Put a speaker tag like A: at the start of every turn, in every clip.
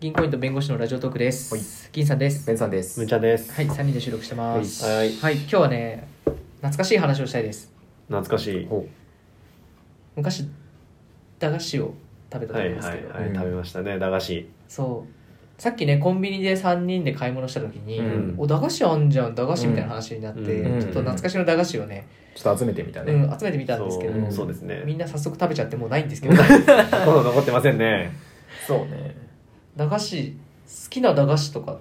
A: 銀行員と弁護士のラジオトークです、
B: はい
A: 銀さんです
B: ベンさんです。
C: むんちゃんです。
A: はい3人で収録してます
C: はいはい
A: 今日はね懐かしい話をしたいです
C: 懐かしい。
B: ほ
A: 昔駄菓子を食べたと
C: は
A: 思う
C: い
A: んです
C: は
A: け
C: い
A: ど、
C: は
B: うん
C: い。食べましたね、駄菓子。
A: そうさっきねコンビニで3人で買い物した時に「
B: うん
A: お駄菓子あんじゃん駄菓子」みたいな話になって、
C: うん
A: ちょっと懐かしの駄菓子をね、
B: うちょっと集めてみた
A: う
B: ね。
A: ん、集めてみたんですけど、
B: うん
C: そうです
A: み
C: ね。
A: んな早速食べちゃってもうないんですけど
C: ほとんど残ってませんね。
B: そうね。
A: 駄菓子好きな駄菓子とか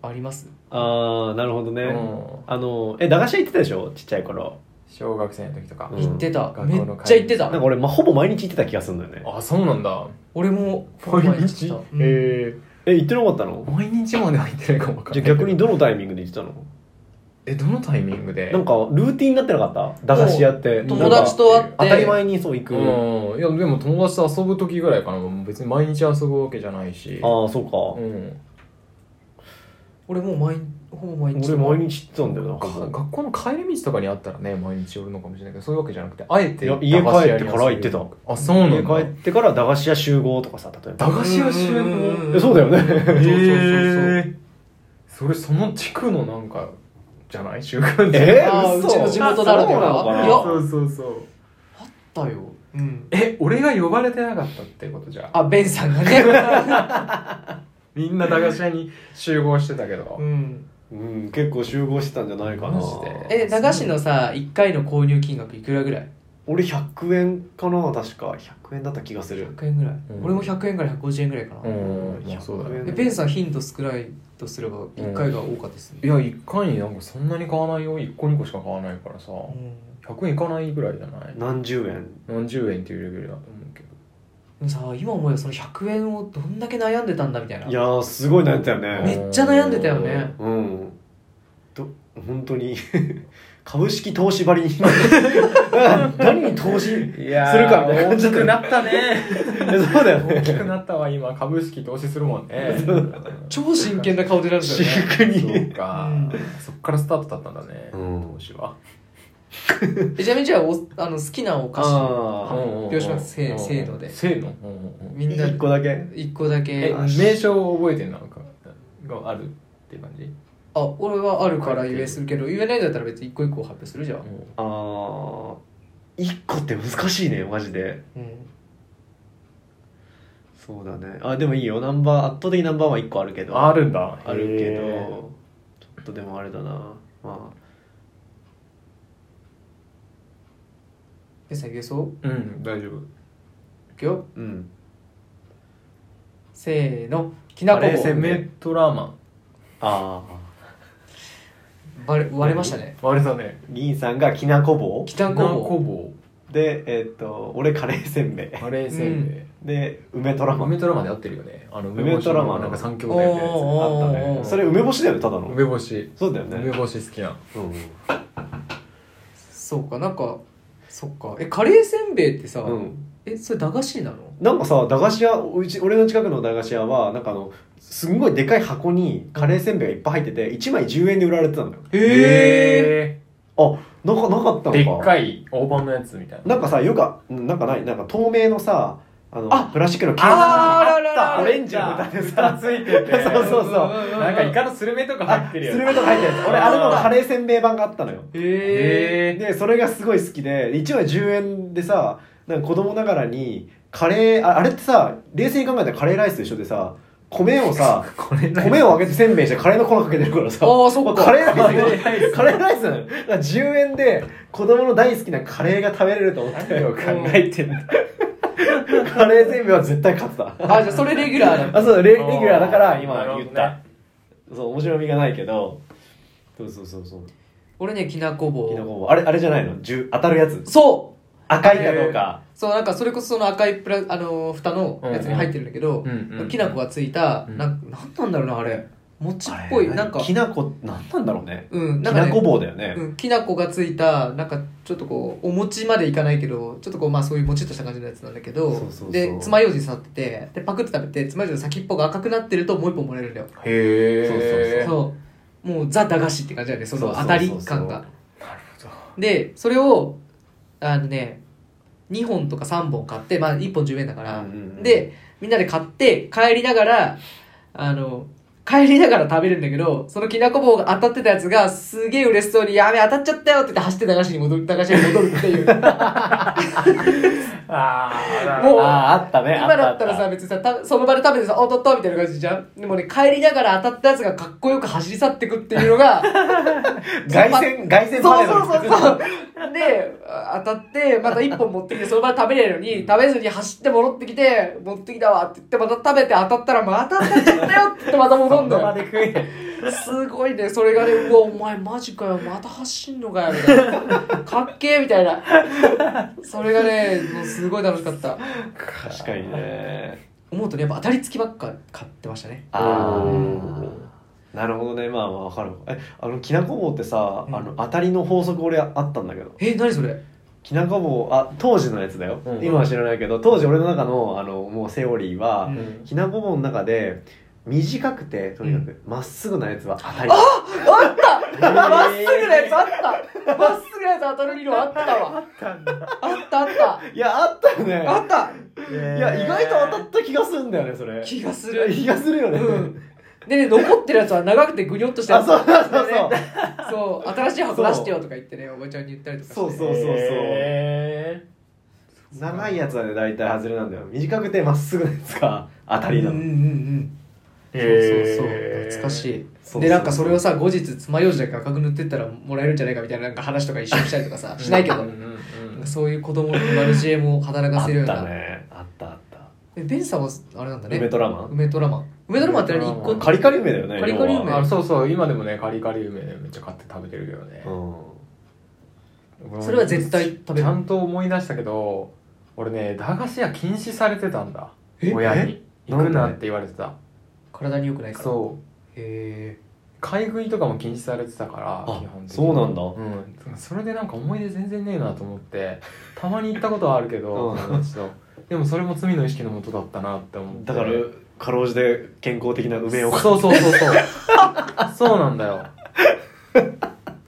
A: あります
C: ああ、なるほどね。
B: うん
C: あの、え、駄菓子屋行ってたでしょちっちゃい頃。
B: 小学生の時とか。
C: うん
A: 行ってた、
B: 学
A: め
B: 校
A: っ
B: の
A: ちゃ
B: 帰り
A: 行って
C: なんか
A: た
C: 俺、ま、ほぼ毎日行ってた気がするんだよね。
B: あ、そうなんだ。
A: 俺も
B: へ
A: 行ってたうん
B: え。
C: え、行ってなかったの
B: 毎日までは行ってないかもわかん
C: じ
B: な
C: ゃ
B: い。
C: あ逆に。どのタイミングで行ってたの
B: え、どのタイミングで
C: なんか、ルーティンになってなかった駄菓子屋って。
B: うん
A: 友達と
C: なん
A: 会
C: か
A: って
C: 当たり前にそう行く。あ
B: うん。いや、でも友達と遊ぶ時ぐらいかな。もう別に毎日遊ぶわけじゃないし。。
C: あー、そううん
A: 俺もう毎ほぼ毎
C: か。
A: 日
C: 俺、毎日行ってたんだよな
B: か
C: ほぼ。
B: 学校の帰り道とかにあったらね、毎日寄るのかもしれないけど、そういうわけじゃなくて、あえて
C: いや家帰ってから行ってた
B: 駄菓子屋に遊びに行くあ、そうなんだ。
C: 家帰ってから駄菓子屋集合とかさ、例えば
B: 駄。菓子屋集
A: うんうんうん
B: 合
A: うん
C: え、そうだよね。
B: そうそうそうそう
C: へー
B: それその地区のなんかじゃない習慣
C: えー
A: あー
C: 嘘
A: うちの地元だらけだ
C: あそうなのかない
A: や
B: そうそうそう
A: だようん
B: え俺が呼ばれてなかったってことじゃ
A: あベンさんがね
B: みんな駄菓子屋に集合してたけど、
A: うん
C: うん、結構集合してたんじゃないかな
B: マジで
A: え駄菓子のさ1回の購入金額いくらぐらい
C: 俺100円かな確か100円だった気がする
A: 100円ぐらい、
B: うん
A: 俺も100円から150円ぐらいかな、
B: うんいやそうだ
A: え
B: ね
A: ベンさん頻度少ないとすれば1回が多かったですね
B: い、や一回になんかそんなに買わないよ1個2個しか買わないからさ
A: うん
B: 100円いかないぐらいじゃない
C: 何十円
B: 何十円っていうレベルだと思うけど
A: でもさ今思えばその100円をどんだけ悩んでたんだみたいない
C: やーすごい悩んだよ
A: め
C: ね
A: っちゃ悩んでたよね
C: うんど本当に 株式投資ばりに 何に投資
B: い
C: ー
B: や
C: 大
B: 大
C: き
B: き
C: く
B: くな
C: な
B: ったね
C: えそうだよ
B: 大き
C: ね
B: くなったわ今株式投資するもん ね
A: 超真剣な顔でなんです
C: 私
A: よね
C: 服
B: そう
C: に
B: か、
A: うん
B: そっからスタートだったんだね、
C: うん
B: 投資は
A: えちなみにじゃあおあの好きなお菓子
C: あ
A: 表紙はせせーので
B: せーの、
A: みんな
C: 1個だけ
A: 一個だ
B: え
A: け
C: あ
B: 名称を覚えてるのなんかがあるって感じ
A: あ俺はあるから言えするけど言えないんだったら別に一個一個発表するじゃん、
C: あー1個って難しいねマジで
A: うん、
C: そうだねあでもいいよナンバー圧倒的ナンバーは1個あるけど
B: あるんだ
C: あるけ
B: へー
C: どちょっとでもあれだなま
A: でさ言えそう
B: うん大丈夫
A: いくよ
C: あうん
A: せーのきなこ
C: あれせ
A: 棒
C: んべい
B: メットラーマン
C: あ
A: バレ割れましたね
B: 割れたね
C: 銀さんがきなこ棒
A: きなこ
B: なこ
A: 棒
B: 棒
C: でえっと俺カレーせんべい
B: あれせんべい
C: で梅トラマン
B: 梅トラーマンで合ってるよねあの
C: 梅トラーマン
B: なんか三兄弟みたいなやつ
A: おーおー
B: あった
A: おーお
B: ね
A: ー
C: それ梅干しだよねただの
B: 梅干し
C: そうだよ
B: 梅
C: ね
B: 干し好きな
C: うん
A: そうかなんかそっかえカレーせんべいってさ、
C: うん
A: えそれ駄菓子なの
C: なんかさ駄菓子屋うち俺の近くの駄菓子屋はなんかあのすんごいでかい箱にカレーせんべいがいっぱい入ってて1枚10円で売られてたのよ
A: え
B: へ
C: あなんかなかったのか
B: でっかい大判のやつみたいな
C: なんかさよくあなんかないなんか透明のさあの
A: あ
C: プラスチックの
A: あーあららら
C: オレンジの
B: 蓋
C: 豚で
B: つ
C: さ
B: いてて
C: そうそうそう
B: なんかイカのスルメとか入ってるや
C: ス
B: つ
C: ルメとか入ってるやつ俺あれのカレーせんべい版があったのよ
A: へえ
B: へ
C: でそれがすごい好きで1枚10円でさなんか子供ながらにカレーああれってさ冷静に考えたらカレーライスと一緒でさ米をさ
B: ーこれ
C: 米をあげてせんべいしてカレーの粉かけてるからさ
A: あーそっか
C: カレーライス
B: カレーライス
C: カレーライスなのよだから10円で子供の大好きなカレーが食べれると思って
B: 何を考えてんだ
C: カレーせんべいは絶対勝ってた
A: あじゃあそれレギュラーなんだ
C: あそうだレレギュラーだから今言
B: な
C: った、そう面白みがないけどそうそうそうそう
A: 俺ねきなこ
C: き
A: 棒
C: なこ棒あれあれじゃないの10当たるやつ
A: そう
C: 赤いかどうか
A: そうなんかそれこそその赤いプラあのー蓋のやつに入ってるんだけど、
B: うんうんうん
A: きな粉がついた、
B: うん
A: なんなんなんだろうなあれ餅っ
C: あれ
A: ぽいなんか
C: きなこなんなんだろうね
A: うん
C: き
A: なんか、
C: な
A: ね、
C: こ棒だよね、
A: うん、きな粉がついたなんかちょっとこうお餅までいかないけどちょっとこうまあそういうもちっとした感じのやつなんだけど
C: そうそうそう
A: で爪楊枝触っててでパクって食べて爪楊枝の先っぽが赤くなってるともう一本もらえるんだよ、
B: へえ
A: そうもうザ駄菓子って感じだよねそ
C: そう
A: の
C: そうそ
A: 当
C: う
A: たり感が
B: なるほど
A: でそれをあのね2本とか3本買ってまあ1本10円だから、
C: うんうんうん
A: でみんなで買って帰りながらあの帰りながら食べるんだけどそのきなこ棒が当たってたやつがすげえ嬉しそうに「やべえ当たっちゃったよ」って言って走って駄菓子に戻る駄菓子に戻るっていう
B: ああ
A: もう
C: あーあった ね
A: 今だ
C: あ
A: っ
C: ったたあ
A: ら
C: った
A: さ別にさたその場で食べてさ「おっとっと」みたいな感じじゃんでもね帰りながら当たったやつがかっこよく走り去ってくっていうのが
C: 凱旋凱
A: そう
C: 旋パレード
A: そうそうそうであ当たってまた1本持ってきてその場で食べれるのに食べずに走って戻ってきて「持ってきたわ」って言ってまた食べて当たったら「また当たっちゃったよ」って言ってまた戻んの
C: その場
A: よ
C: で食え
A: すごいねそれがね「うわお前マジかよまた走んのかよ」みたいな「かっけえ」みたいなそれがねもうすごい楽しかった
C: 確かにね
A: 思うとねやっぱ当たり付きばっか買ってましたね
C: あ
B: うん
C: あなるほどねまあまあわかるえあのきなこ棒ってさ、
A: うん
C: あの当たりの法則俺あったんだけど
A: え何それ
C: きなこ棒あ当時のやつだよ、
B: うん
C: 今は知らないけど当時俺の中のあのもうセオリーは、
A: うん
C: きなこ棒の中で短くてとにかくまっすぐなやつは当たり
A: あったまっすぐなやつあったまっすぐなやつ当たる理論あったわあったあった
C: いやあったよね
A: あった
C: い
B: い
C: や意外と当たった気がするんだよねそれ
A: 気がす
C: いや
A: る
C: 気がするよね、
A: うんでね残ってるやつは長くてぐにょっとしたや
C: あ
A: つ
C: そうそうそうそう
A: ねそう新しい箱出してよとか言ってねおばちゃんに言ったりとかして
C: そうそうそうそう長いやつはね大体外れなんだよ短くてまっすぐのやつが当たりな
A: うん
C: の、
A: うんうんうんそうそうそう懐かし
B: い
A: い
C: そうそう
A: でなんかそれをさ後日爪楊枝だけ赤く塗ってったらもらえるんじゃないかみたいななんか話とか一緒にしたりとかさしないけどなんかそういう子供のマルジエも働か
C: あ
A: せるよ
C: っ
A: う
C: た
A: な、
C: ねあったあった
A: えベンさんはあれなんだね
C: 梅トラマン
A: 梅トラマン梅トラマンって何一個
B: うん
C: カリカリ梅だよね
A: カリカリ梅
C: 要は
B: あそうそう今でもねカリカリ梅ねめっちゃ買って食べてるけどね俺も
A: それは絶対食べ
B: ち
A: る
B: ゃんと思い出したけど俺ね駄菓子屋禁止されてたんだ
A: え
B: 親に
C: え
B: 行くなって言われてた
A: 体に良くないから
B: そう
A: へ
B: 買い食いとかも禁止されてたから
C: あ
B: 基本的に
C: そうなんだ、
B: うん、それでなんか思い出全然ねえなと思ってたまに行ったことはあるけど、
C: うん
B: 友達とでもそれも罪の意識のもとだったなって思って
C: だからかろうじて健康的な梅を
B: そうそうそう そうそうなんだよ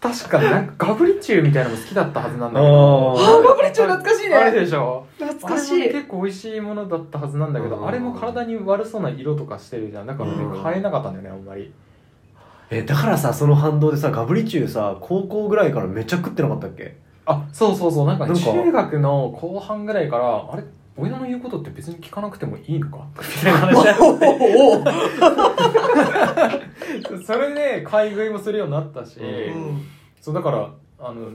B: 確かなんかガブリッチューみたいなのも好きだったはずなんだけ
A: ー
B: ど
C: あ
A: あーガブリッチュー懐かしい
B: あれ
A: ね
B: でしょ
A: 懐かし
B: あれ
A: い
B: も結構美味しいものだったはずなんだけ
C: う
B: ど
C: ん
B: あれも体に悪そうな色とかしてるじゃんだからね
C: うん
B: 買えなかったんだよねあんまり
C: えだからさその反動でさガブリチューさ高校ぐらいからめっちゃ食ってなかったっけ
B: あそうそうそうなんか
C: なんか
B: 中学の後半ぐらいからあれ親の言うことって別に聞かなくてもいいの かみたいな話になって
A: おおお
B: それで買い食いもするようになったし、
C: うん
B: そうだからあの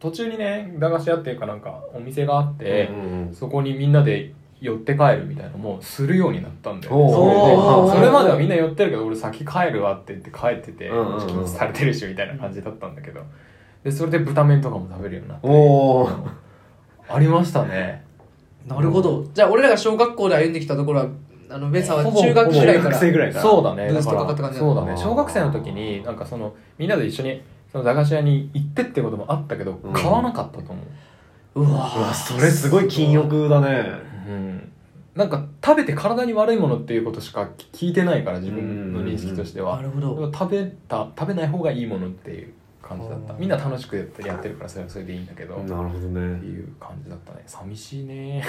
B: 途中にね駄菓子屋っていうかなんかお店があって、
C: うん
B: そこにみんなで寄って帰るみたいなのもするようになったんだよね、
C: おう
B: それで
A: おう
B: それまではみんな寄ってるけど俺先帰るわって言って帰ってて
C: うんうんうん
B: 禁止されてるしみたいな感じだったんだけどでそれで豚麺とかも食べるようになって
C: おー
B: ありましたね
A: なるほどじゃあ俺らが小学校で歩んできたところはあのベンさんは
B: ほぼ
A: 中学ぐらい
C: ほぼ
A: か
C: 学
A: ら
C: 生ぐらいから
B: そうだね
A: ブー
B: だ
A: スト
B: か
A: かかった感
B: ら
A: じ
B: そうだ
C: あー
B: ね小学生の時になんかそのみんなで一緒にその駄菓子屋に行ってってこともあったけど
C: うん
B: 買わなかったと思う、
A: うわ
C: うわそれすごい禁欲だね
B: うんなんか食べて体に悪いものっていうことしか聞いてないから自分の認識として
A: な
B: は
A: るほど
B: 食べた食べない方がいいものっていう感じだった
A: あー
B: みんな楽しくやってやってるからそれはそれでいいんだけどって
C: るほどね
B: いう感じだったね寂しいね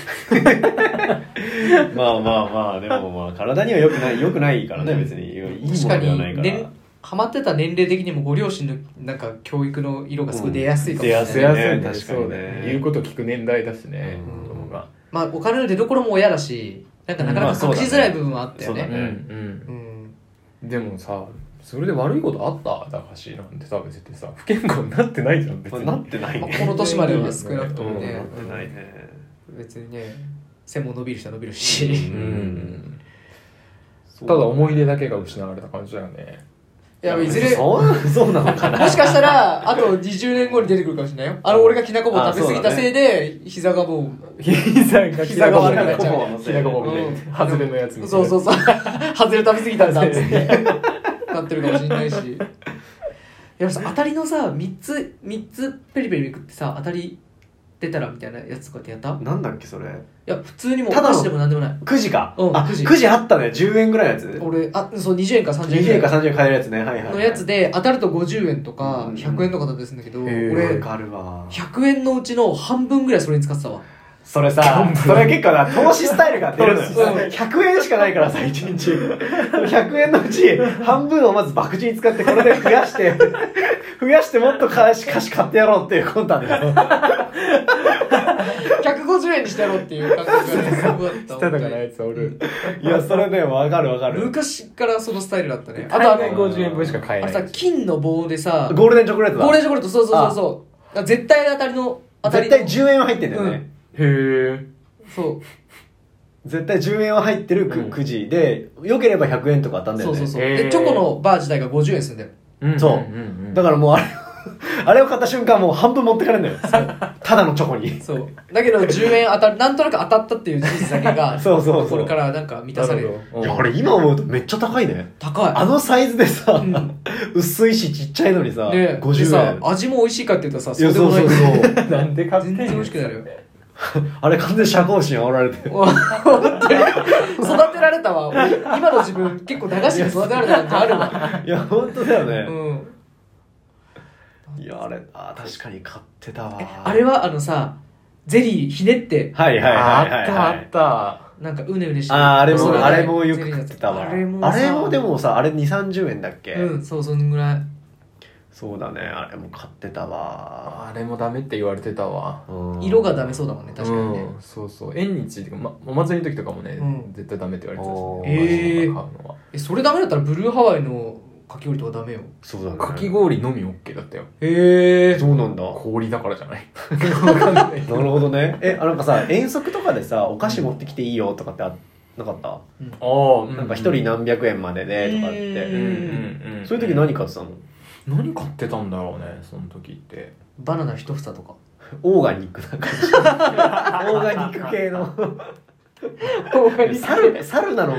C: まあまあまあでもまあ体には良くない良くないからね別にいいも
A: 確か
C: のでは
A: に
C: ないから
A: ねハマってた年齢的にもご両親のなんか教育の色がすごい出やすいかもし
C: 出
A: れない、
C: やすいね
B: ね
C: 確かにね
B: 言うこと聞く年代だしね
C: う
B: 子
C: ん
B: 供が
A: まあお金の出所も親だしなんかなかなか隠しづらい部分はあったよ
C: うん
B: う
A: ね
B: ん
C: ま
B: う
C: あ
B: ん
A: うん
B: でもさそれで悪いことあった駄菓子なんて食べててさ不健康になってないじゃん別
C: まあ
B: に
C: なってない
A: まあ
C: ね
A: この年までは少なくとも
B: うん
A: ね
C: なってないね
A: 別にね背も伸びる人は伸びる し
B: う
C: うんん
B: ただ思い出だけが失われた感じだよね
A: いやいずれも
C: そうそうなのかな
A: しかしたらあと20年後に出てくるかもしれないよあの俺がきなこ棒食べ過ぎたせいで膝がも
B: 膝 が
A: 膝が悪くなっちゃう
C: ね
B: 膝が悪くなっちゃう
A: うん
B: 外れのやつ
A: うそうそうう そう外れ食べ過ぎたんだっつってなってるかもしれないしいやさ当たりのさ3つ3つペリペリめくってさ当たり出たらみたいなやつとかってやったい
C: なんだっけそれ
A: や普通にもお
C: ただの
A: 菓子でもなんでもない
C: 9時か
A: うん
C: あ
A: くじ
C: 9時あったね10円ぐらいのやつ
A: 俺あそう20円か30円
C: 20
A: ぐら
C: 円
A: い
C: か30円買えるやつねはいはいはい
A: のやつで当たると50円とか
C: うん
A: 100円とかだったりするんだけど、
B: へー
C: これ
A: 俺
C: わかるわ
A: 100円のうちの半分ぐらいそれに使ってたわ
C: それ
B: ギャ
C: さ
B: ンブル
C: それ結構な投資スタイルが出るのよ
A: 投資スタイル
C: 100円しかないからさ1日100円のうち半分をまず博打に使ってこれで増やして 増やしてもっと貸し貸し買ってやろうっていう魂胆だよ
A: 150円にしてやろうっていう感覚がねすごかった
B: た
A: 本当
B: だかな
A: に
B: やつおる
C: いやそれねわかるわかる
A: 昔からそのスタイルだったねあ
B: あ
A: と
B: と
A: あ
B: あ
A: の
B: の50円分しか買え
A: あ
B: な
A: の
B: い
A: さ金の棒でさ
C: ゴールデンチョコレートだ
A: ゴールデンチョコレートそうそうそうそうあ絶対当たりの当たり
C: 絶
A: の
C: 対10円は入ってんだよね、
B: へえ
A: そう
C: 絶対10円は入ってるく、
B: うん
C: くじでよければ100円とか当たんだ
A: そ
C: よ
A: う
C: ね
A: そうそう
B: へー
A: でチョコのバー自体が50円するんだよ
C: そう
B: うん
C: だからもうあれ あれを買った瞬間もう半分持ってかれ るんだよただのチョコに
A: そうだけど10円当たるなんとなく当たったっていう事実だけ が
C: そうそうそう
A: これからなんか満たされる
C: いやあれ今思うとめっちゃ高いね
A: 高い
C: あのサイズでさ、
A: うん
C: 薄いしちっちゃいのにさ、
A: ねで
C: 50
A: さ
C: 円
A: 味も美味しいかって言ったらさ
C: いや
A: そうでもない
C: そうそうそ う
B: なんで買ってん
A: 全
B: の
A: 然美味しくなるよ
C: あれ完全に社交心煽られて る
A: お本当に育てられたわ俺今の自分結構駄菓子に育てられたなんてあるわ
C: いや本当だよ
A: う
C: ね、
A: ん
C: いやあれあー確かに買ってた
A: え
C: わ
A: あれはあのさゼリーひねって
C: はいはいはいはい、はい、
B: あったあっ
A: なんかうねうねして
C: あーあれ
A: そ
C: も
A: ね
C: あれもよく食ってたわ
A: ゼリーのやつあ
C: あれ
A: れもさ
C: もでもさあれ2 3 0円だっけ、
A: うんそうそんぐらい
C: そうだねあれも買ってた
B: た
C: わ
B: あれもダメって言われてたわ
C: うん
A: 色がダメそうだもんね確かにね
B: うんそうそう縁日っていうかまお祭りの時とかもね、
A: うん
B: 絶対ダメって言わ
C: お
B: れ
C: ー
B: てたしね、
A: へー
B: お菓子とか買うのは
A: えそれダメだったらブルーハワイのかき氷とかダメよ
C: そうだね
B: かき氷のみ OK だったよ
A: へ え
C: そうなんだ
B: 氷だからじゃないわかんない
C: なるほどねえあなんかさ遠足とかでさお菓子持ってきていいよとかってあなかった、
B: ああ
C: なんか一人何百円まででとかっ
B: うん
A: う
B: う
A: ー
C: て、
A: ん
B: んうん
C: そういう時何買ってたの
B: 何買ってたんだろうねその時って
A: バナナ一房と か
C: オーガニックな感 じ オーガニック系の猿猿なの